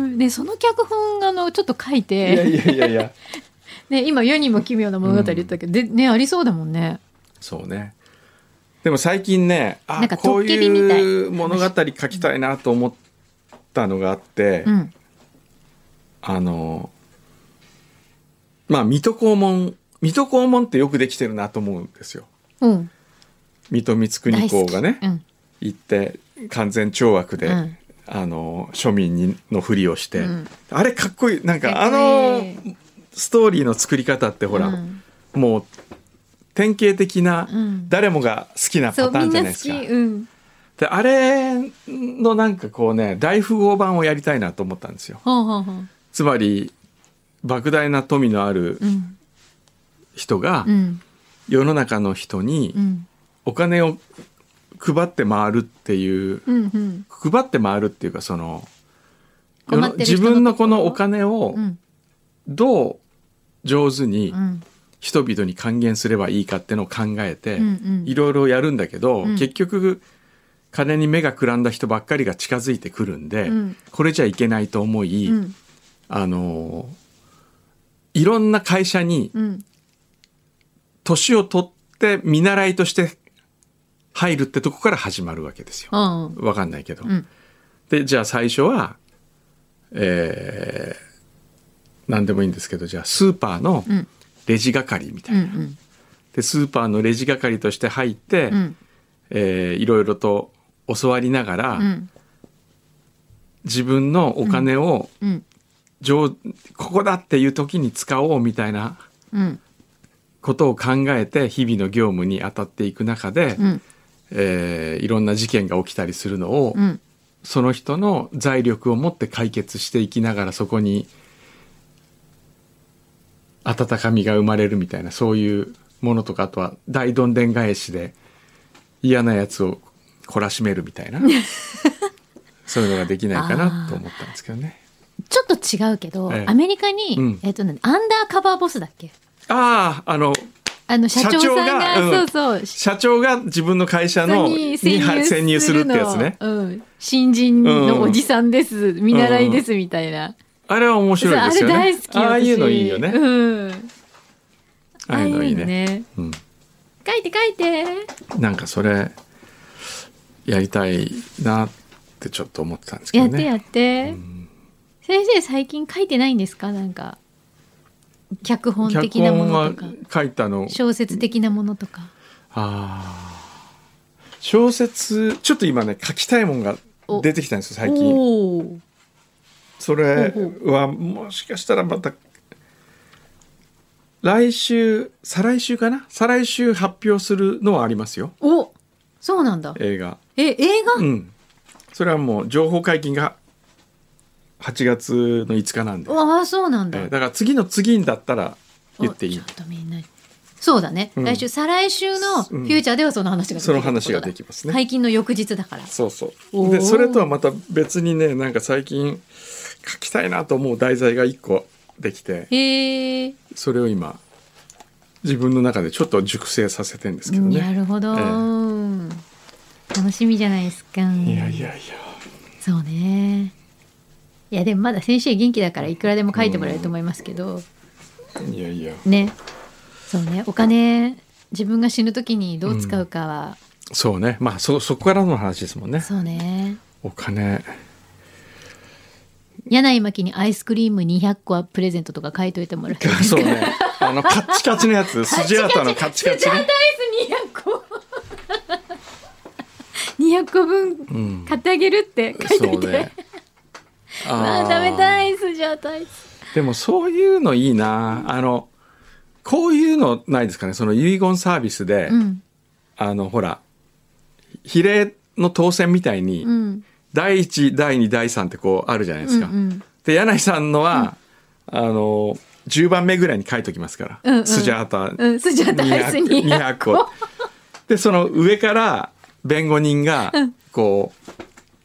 B: んねその脚本あのちょっと書い
A: いや
B: て
A: いやいやいや
B: ね今世にも奇妙な物語言ったけど、でねありそうだもんね
A: そうねでも最近ね
B: な
A: あ
B: んか
A: こう
B: トッケビみたい
A: いう物語書きたいなと思ったのがあって、
B: うん
A: あのまあ水戸黄門水戸黄門ってよくできてるなと思うんですよ
B: うん
A: 水戸光圀公がね、
B: うん
A: 行って完全懲悪で、
B: うん
A: あの庶民にのふりをして、
B: うん
A: あれかっこいいなんか
B: か
A: あ
B: っこ
A: の
B: いい
A: ストーリーの作り方ってほら、
B: うん
A: もう典型的な
B: うん
A: 誰もが好きな
B: そ
A: パ
B: う
A: ター
B: み
A: ン
B: ん
A: じゃ
B: な
A: ない
B: 好
A: です
B: き
A: か。
B: うん
A: であれのなんかこうね大富豪版をやりたいなと思ったんですよ。
B: ほうほうほう
A: つまり莫大な富のある
B: うん
A: 人が
B: うん
A: 世の中の人に
B: うん
A: お金を配って回るっていう
B: うんうん
A: 配って回るっていうかその
B: 困ってる人
A: 自
B: のところ
A: 分のこのお金を
B: うん
A: どう上手に
B: うん
A: 人々に還元すればいいかってのを考えて
B: うんうん
A: いろいろやるんだけど、
B: うん
A: 結局金に目がくらんだ人ばっかりが近づいてくるんで、
B: うん
A: これじゃいけないと思い、
B: うん
A: あのいろんな会社に
B: うん
A: 年を取って見習いとして入るってとこから始まるわけですよ。
B: ああ
A: わかんないけど。
B: うん
A: でじゃあ最初はえー、何でもいいんですけどじゃあスーパーの
B: うん
A: レジ係みたい
B: うんう
A: な。
B: ん
A: でスーパーのレジ係として入って、
B: うん
A: えーいろいろと教わりながら、
B: うん
A: 自分のお金を
B: うん
A: 上、ここだっていう時に使おうみたいな
B: うん
A: ことを考えて日々の業務に当たっていく中で、
B: うん
A: えーいろんな事件が起きたりするのを、
B: うん
A: その人の財力を持って解決していきながらそこに温かみが生まれるみたいなそういうものとかあとは大どんでん返しで嫌なやつを懲らしめるみたいな そういうのができないかなと思ったんですけどね。
B: ちょっと違うけど、
A: ええ
B: アメリカに、
A: うん
B: えっとなんだアンダーカバーボスだっけ
A: あああの
B: あの社長さんが
A: 社長がうん
B: そうそう
A: 社長が自分の会社の
B: に潜入
A: は潜入するってやつね。
B: うん、新人のおじさんです、見習いですみたいな、
A: あれは面
B: そう
A: 白い
B: あ
A: ですよ
B: れ
A: ね。
B: 大好き
A: ああいうのいいよ
B: 私
A: ね。
B: うん、
A: ああいうのいいね。うん
B: 書いて書いて
A: なんかそれやりたいなってちょっと思ってたんですけ
B: や
A: ど
B: って
A: ね。
B: やって、先生最近書いてないんですかなんか脚本
A: 脚
B: 的なも
A: 本
B: の
A: は
B: とか
A: 書いたの。
B: 小説的なものとか
A: あー小説ちょっと今ね書きたいもんが出てきたんですよ最近。
B: おお
A: それ
B: ほう
A: はもしかしたらまた来週再来週かな再来週発表するのはありますよ
B: おそうなんだ
A: 映画。
B: え映画、
A: うん。それはもう情報解禁が8月の5日なんで。
B: ああそうなんだ、
A: えーだから次の次だったら言ってい
B: お
A: い
B: ちょっとみんなそうだね、
A: うん
B: 来週再来週のフューチャーではその話が
A: その話ができ
B: る
A: ますね
B: 解禁の翌日だから
A: そうそ
B: お
A: う
B: ー
A: でそれとはまた別にねなんか最近書きたいなと思う題材が1個できて
B: へえ、
A: それを今自分の中でちょっと熟成させてんですけど
B: な
A: ね
B: るほど、
A: え
B: 楽しみじゃないですか
A: いやいやいや
B: そうねいやでもまだ先生元気だからいくらでも書いてもらえると思いますけど、
A: いやいや
B: ねそうねお金自分が死ぬ時にどう使うかは、
A: そうねまあそそこからの話ですもんね
B: そうね
A: お金
B: 柳井真紀にアイスクリーム200個はプレゼントとか書いといてもらって
A: そうねあのカッチカチのやつスジアータのカッチカチ
B: スジャータ
A: ね
B: イス200個200個分
A: うん
B: 買ってあげるって書い
A: そ
B: というて、
A: ね
B: あ
A: あ
B: ー
A: ー
B: 食べたいスジャータイス
A: でもそういうのいいなあのこういうのないですかねその遺言サービスで、
B: うん
A: あのほら比例の当選みたいに、
B: うん
A: 第1第2第3ってこうあるじゃないですか。
B: うんうん
A: で柳井さんのは、あの10番目ぐらいに書いときますから、
B: うんうん
A: スジャータ
B: うんスジャータイス
A: 200
B: 200
A: 200個。でその上から弁護人がこう、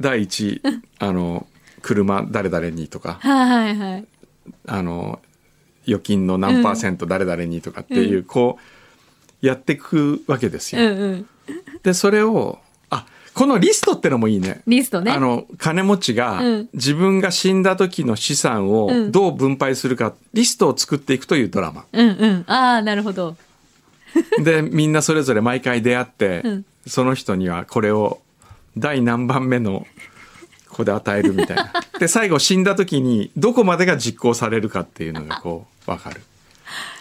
A: 第1あの車誰々にとか。
B: はいはいはい
A: あの預金の何パーセント誰々にとかっていう、こうやっていくわけです
B: う
A: よ。
B: んうん
A: でそれをあこのリストってのもいいね。
B: リストね
A: あの金持ちが
B: うん
A: 自分が死んだ時の資産
B: う
A: を
B: ん
A: どう分配するか、リストを作っていくというドラマ
B: うんうんああなるほど
A: でみんなそれぞれ毎回出会って、
B: うん
A: その人にはこれを第何番目のここで与えるみたい なで最後死んだ時にどこまでが実行されるかっていうのがこう分かる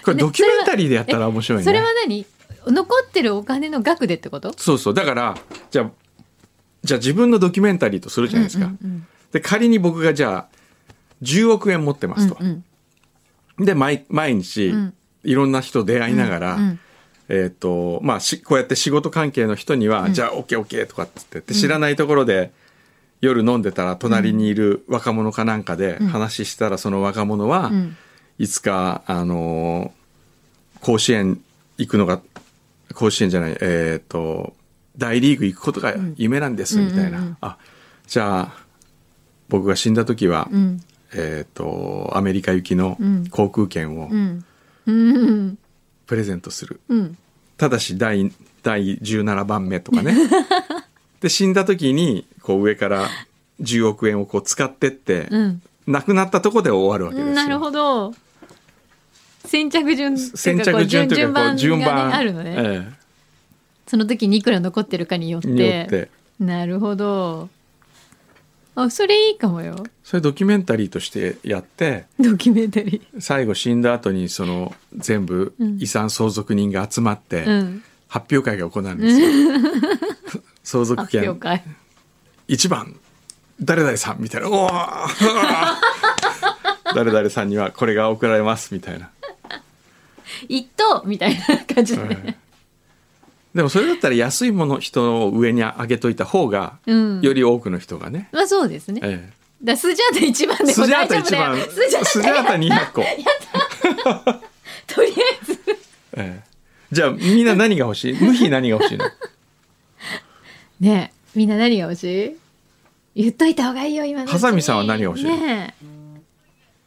A: これドキュメンタリーでやったら面白いね
B: それは何残ってるお金の額でってこと
A: そうそうだからじゃあじゃあ自分のドキュメンタリーとするじゃないですか、
B: うんうんうん
A: で仮に僕がじゃあ10億円持ってますと、
B: うんうん
A: で毎毎日
B: うん
A: いろんな人出会いながら、
B: うんうん
A: えっ、とまあしこうやって仕事関係の人には「じゃあ OKOK」とかっつって言って知らないところで夜飲んでたら隣にいる若者かなんかで話したらその若者は
B: うん
A: いつか、あのー甲子園行くのが甲子園じゃないえっ、と大リーグ行くことが夢なんですみたいな、
B: うんうんうんうん
A: あじゃあ僕が死んだ時は、
B: うん
A: えっ、とアメリカ行きの
B: うん
A: 航空券を
B: うんうん
A: プレゼントする、
B: うん
A: ただし第第17番目とか ねで死んだ時にこう上から10億円をこう使ってって、
B: うん
A: 亡くなったとこで終わるわけですよ
B: なるほど先着順っていうか
A: 先
B: こう
A: 着順というかこう順
B: がね
A: 番
B: あるのね、
A: え
B: その時にいくら残ってるかによって
A: えによって
B: なるほどあそれいいかもよ
A: それドキュメンタリーとしてやって
B: ドキュメンタリ
A: 最後死んだ後にその全部
B: うん
A: 遺産相続人が集まって、
B: ーうん
A: 発表会が行われるんですよ 相続
B: 発
A: 権
B: 表会
A: 1番誰々さんみたいな「おーうわー誰々さんにはこれが贈られます」みたいな、
B: 一等みたいな感じで、
A: ええでもそれだったら安いもの人を上に上げといた方が、
B: うん
A: より多くの人がね、
B: まあそうですね、
A: え
B: だスジャータ一番
A: え、
B: でも
A: スジャ
B: 大
A: ータ
B: 丈夫
A: 1
B: だよ
A: 番
B: スジャータ
A: スジャータ200個、
B: とりあえず
A: ええ、じゃあみんな何が欲しい無比何が欲しいの
B: ねえみんな何が欲しい言っといた方がいいよ今のうちに
A: ハサミさんは何が欲しい
B: ねえ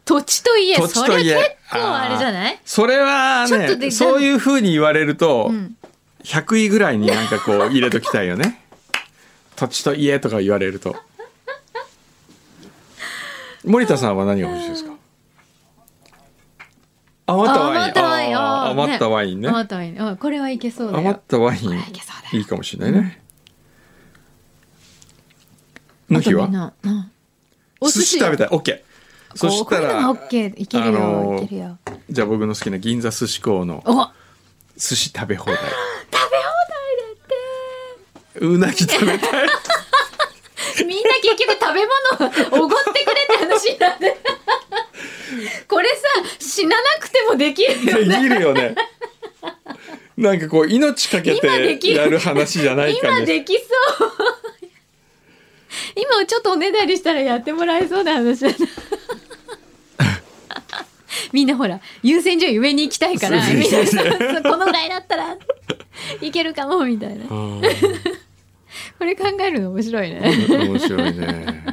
B: 土地と家
A: 土地と家
B: それ結構あれじゃない
A: それは
B: ちょっとで
A: ねそういうふうに言われると、
B: うん
A: 100位ぐらいになんかこう入れときたいよ ね土地と家とか言われると森田さんは何が欲しいですか余ったワイン
B: 余ったワイン
A: あー
B: あー
A: 余ったワインね
B: 余ったワインうんこれはいけそうだ
A: 余っ
B: よ
A: たワイン
B: れいけそうだよ
A: いいかもしれないねの日
B: あとみん
A: は
B: なうんお
A: 寿司食べたい OK そしたら
B: こうこういうのが OK いけるよ、
A: あのー
B: いけるよ
A: じゃあ僕の好きな銀座寿司港の
B: お食
A: 寿司食べ放題
B: べ放題
A: うなぎ食べたい
B: だってみんな結局食べ物をおごってくれって話になってこれさ死ななくてもできるよ
A: で
B: ね
A: きるよねなんかこう命かけ
B: 今でき
A: て
B: る
A: やる話じゃないか
B: 今
A: ね
B: できそう今ちょっとおねだりしたらやってもらえそうな話だなみんなほら優先順位上に行きたいから
A: そう
B: みんな
A: そ
B: そう
A: そう
B: うこのぐらいだったらいけるかもみたいな
A: あ
B: こ
A: ー
B: れ考えるの面白いね
A: 面白いね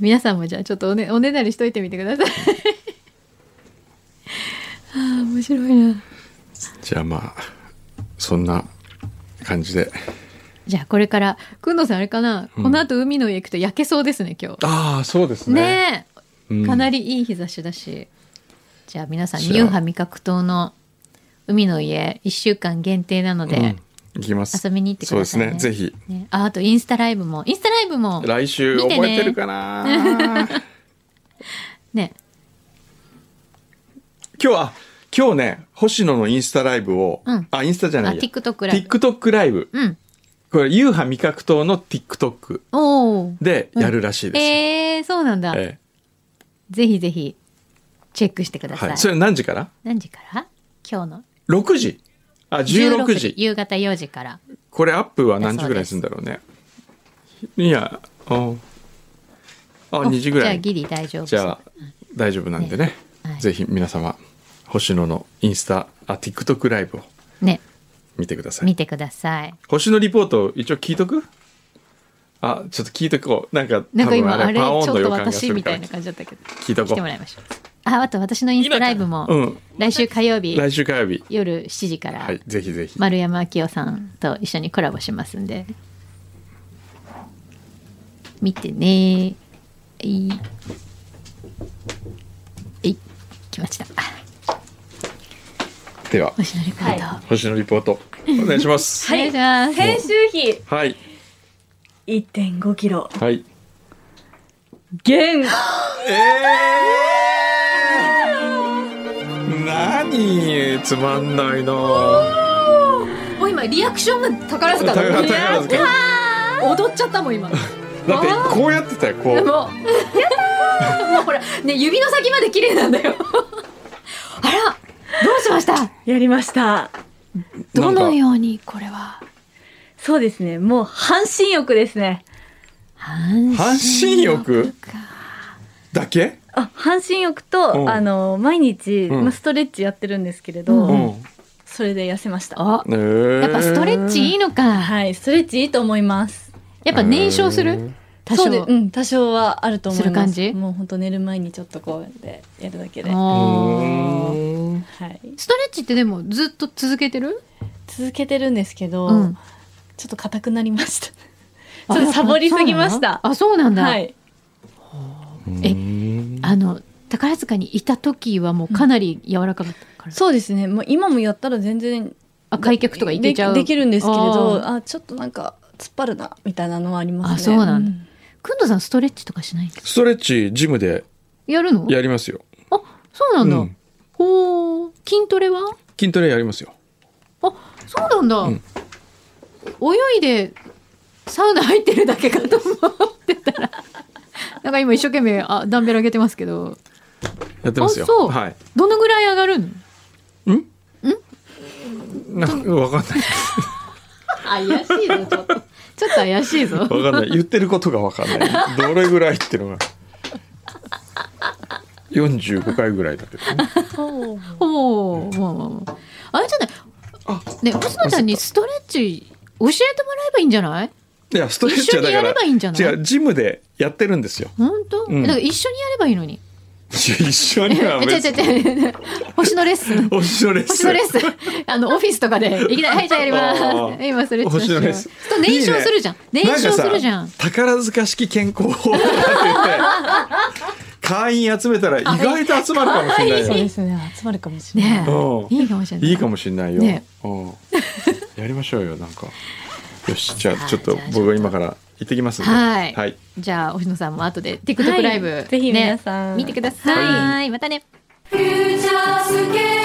B: 皆さんもじゃあちょっとおねおねだりしといてみてくださいああ面白いな
A: じゃあまあそんな感じで
B: じゃあこれからくんどさんあれかな、
A: うん
B: この後海の家行くと焼けそうですね今日
A: ああそうですね
B: ね
A: う
B: え
A: ん
B: かなりいい日差しだし、じゃあ皆さんニューハ味覚糖の海の家1週間限定なので、
A: うん行きます
B: 遊びに行ってくださいね
A: そうですねぜひ
B: ねああとインスタライブもインスタライブも
A: 来週
B: 見て
A: 覚
B: ね
A: えてるかな、
B: ね
A: 今日は今日ね星野のインスタライブを、
B: うん
A: あインスタじゃないや
B: あ TikTok ライブ
A: TikTok ライブ
B: うん
A: これ優派味覚糖の TikTok
B: おお
A: でやるらしいですよ、
B: えー、そうなんだ、
A: え
B: ぜひぜひチェックしてく
A: え
B: ださい、
A: はい、それ何時から
B: 何時から今日の
A: 6時あ16時
B: 夕方4時から
A: これアップは何時ぐらいするんだろうねいやああ2時ぐ
B: じ
A: ら
B: ゃあ
A: い
B: ギリ大丈夫
A: じゃあ大丈夫なんでね
B: はい
A: ぜひ皆様星野のインスタあ TikTok ライブを
B: ね
A: 見てください
B: 見てください
A: 星野リポート一応聞いとくあちょっと聞いとこうなんか
B: なんか今あれち
A: パ
B: ょ
A: オ
B: っ
A: ンの予
B: と
A: 感がす
B: 私
A: る
B: み
A: から
B: たいな感じだったけど
A: 聞いと
B: 来
A: こ
B: ても
A: う
B: らいましょうああと私のインスタライブも、
A: うん
B: 来週火曜日
A: 来週火曜日
B: 夜7時から、
A: はいぜひぜひ
B: 丸山明夫さんと一緒にコラボしますんで見てねはいはい来ました
A: では
B: 星野リポート、
A: 星野リポートお願いします
B: はい、お願いします
C: 編集費
A: はい
C: 1.5キロ
A: はい
C: 減
A: えー、なにつまんないな
B: もう今リアクションが宝塚だ
A: 宝宝塚
B: 踊っちゃったもん今も
A: だってこうやってたよこ
B: う
A: う
B: もうほらね指の先まで綺麗なんだよあらどうしました
C: やりました。
B: ど
A: な
B: の
A: んか
B: ようにこれは
C: そうですね。もう半身浴ですね。
B: 半
A: 半身浴だけ
C: あ、半身浴
A: うん
C: と、あの、毎日、
A: うん
C: まあストレッチやってるんですけれ
A: う
C: ど、
A: ん
C: それで痩せました。
B: あ
A: へー
B: やっぱストレッチいいのか
C: はい、ストレッチいいと思います。
B: やっぱ燃焼する多少
C: そうで、うん、多少はあると思いま
B: す
C: す。
B: る感じ
C: もう本当寝る前にちょっとこうやってやるだけで。は
B: あー
A: うん
C: い。
B: ストレッチってでもずっと続けてる
C: 続けてるんですけど、
B: うん
C: ちょっと硬くなりました。ちょっとサボりすぎました。
B: あそうなんだ、
C: はい。
B: え
A: うん
B: あの宝塚にいた時はもうかなり柔らかかったから、
C: そうですね。もう今もやったら全然
B: あ開脚とかいけちゃう
C: でできるんですけれ
B: あ
C: ど、
B: ー
C: あちょっとなんか突っ張るなみたいなのはありますね。
B: あそうなんだくんどさんストレッチとかしない
A: ストレッチジムで
B: やるの
A: やりますよ
B: あそうなんだ、
A: うん
B: ほう筋トレは
A: 筋トレやりますよ
B: あそうなんだ、
A: うん
B: 泳いでサウナ入ってるだけかと思ってたら なんか今一生懸命あダンベル上げてますけど
A: やってますよ
B: あそう
A: はい
B: どのぐらい上がるの
A: なんかわかんない
B: 怪しいぞちょっとちょっと怪し いぞ
A: わかんない言ってることがわかんないどれぐらいっていうのが45回ぐらいだけどね
C: うん。そう
B: おお、まあまあまあ。あれじゃない。
A: あ
B: ね、星野ちゃんにストレッチ教えてもらえばいいんじゃない。
A: いやストレッチはだ
B: 一緒にや
A: か
B: れば
A: ら
B: いいんじゃない
A: 違うジムでやってるんですよ
B: 本当、
A: うん
B: だから一緒にやればいいのに。
A: 一緒に
B: え、
A: は
B: 違う
A: 別に
B: 違う違う。星野レッ スン。
A: 星野レッス
B: 星野レッスン。あのオフィスとかで、いきなり、はい、じゃあやり
A: あ
B: ます。
A: ー
B: 今ストレッチ
A: 星野レッスン
B: そう、燃焼するじゃん。
A: いいね
B: 燃焼するじゃ
A: なんか。さ宝塚式健康法って言っ て会員集めたら意外と集まるかもしれないよ、
C: です ね。集まるかもしれない。
B: ね
A: うん
B: え。いいかもしれない。
A: いいかもしれないよ、
B: ね
A: うんやりましょうよなんかよしじゃ
B: さ
A: あ
B: あ
A: ちょっと
B: じゃあ
A: 僕は今から行ってきますんで
B: はい
A: はい
B: じゃあ、星野さんも後で、TikTok ライブ、
C: ぜひ皆さん
B: ね、見てください。
A: は
B: またね。
D: フューチャースケープ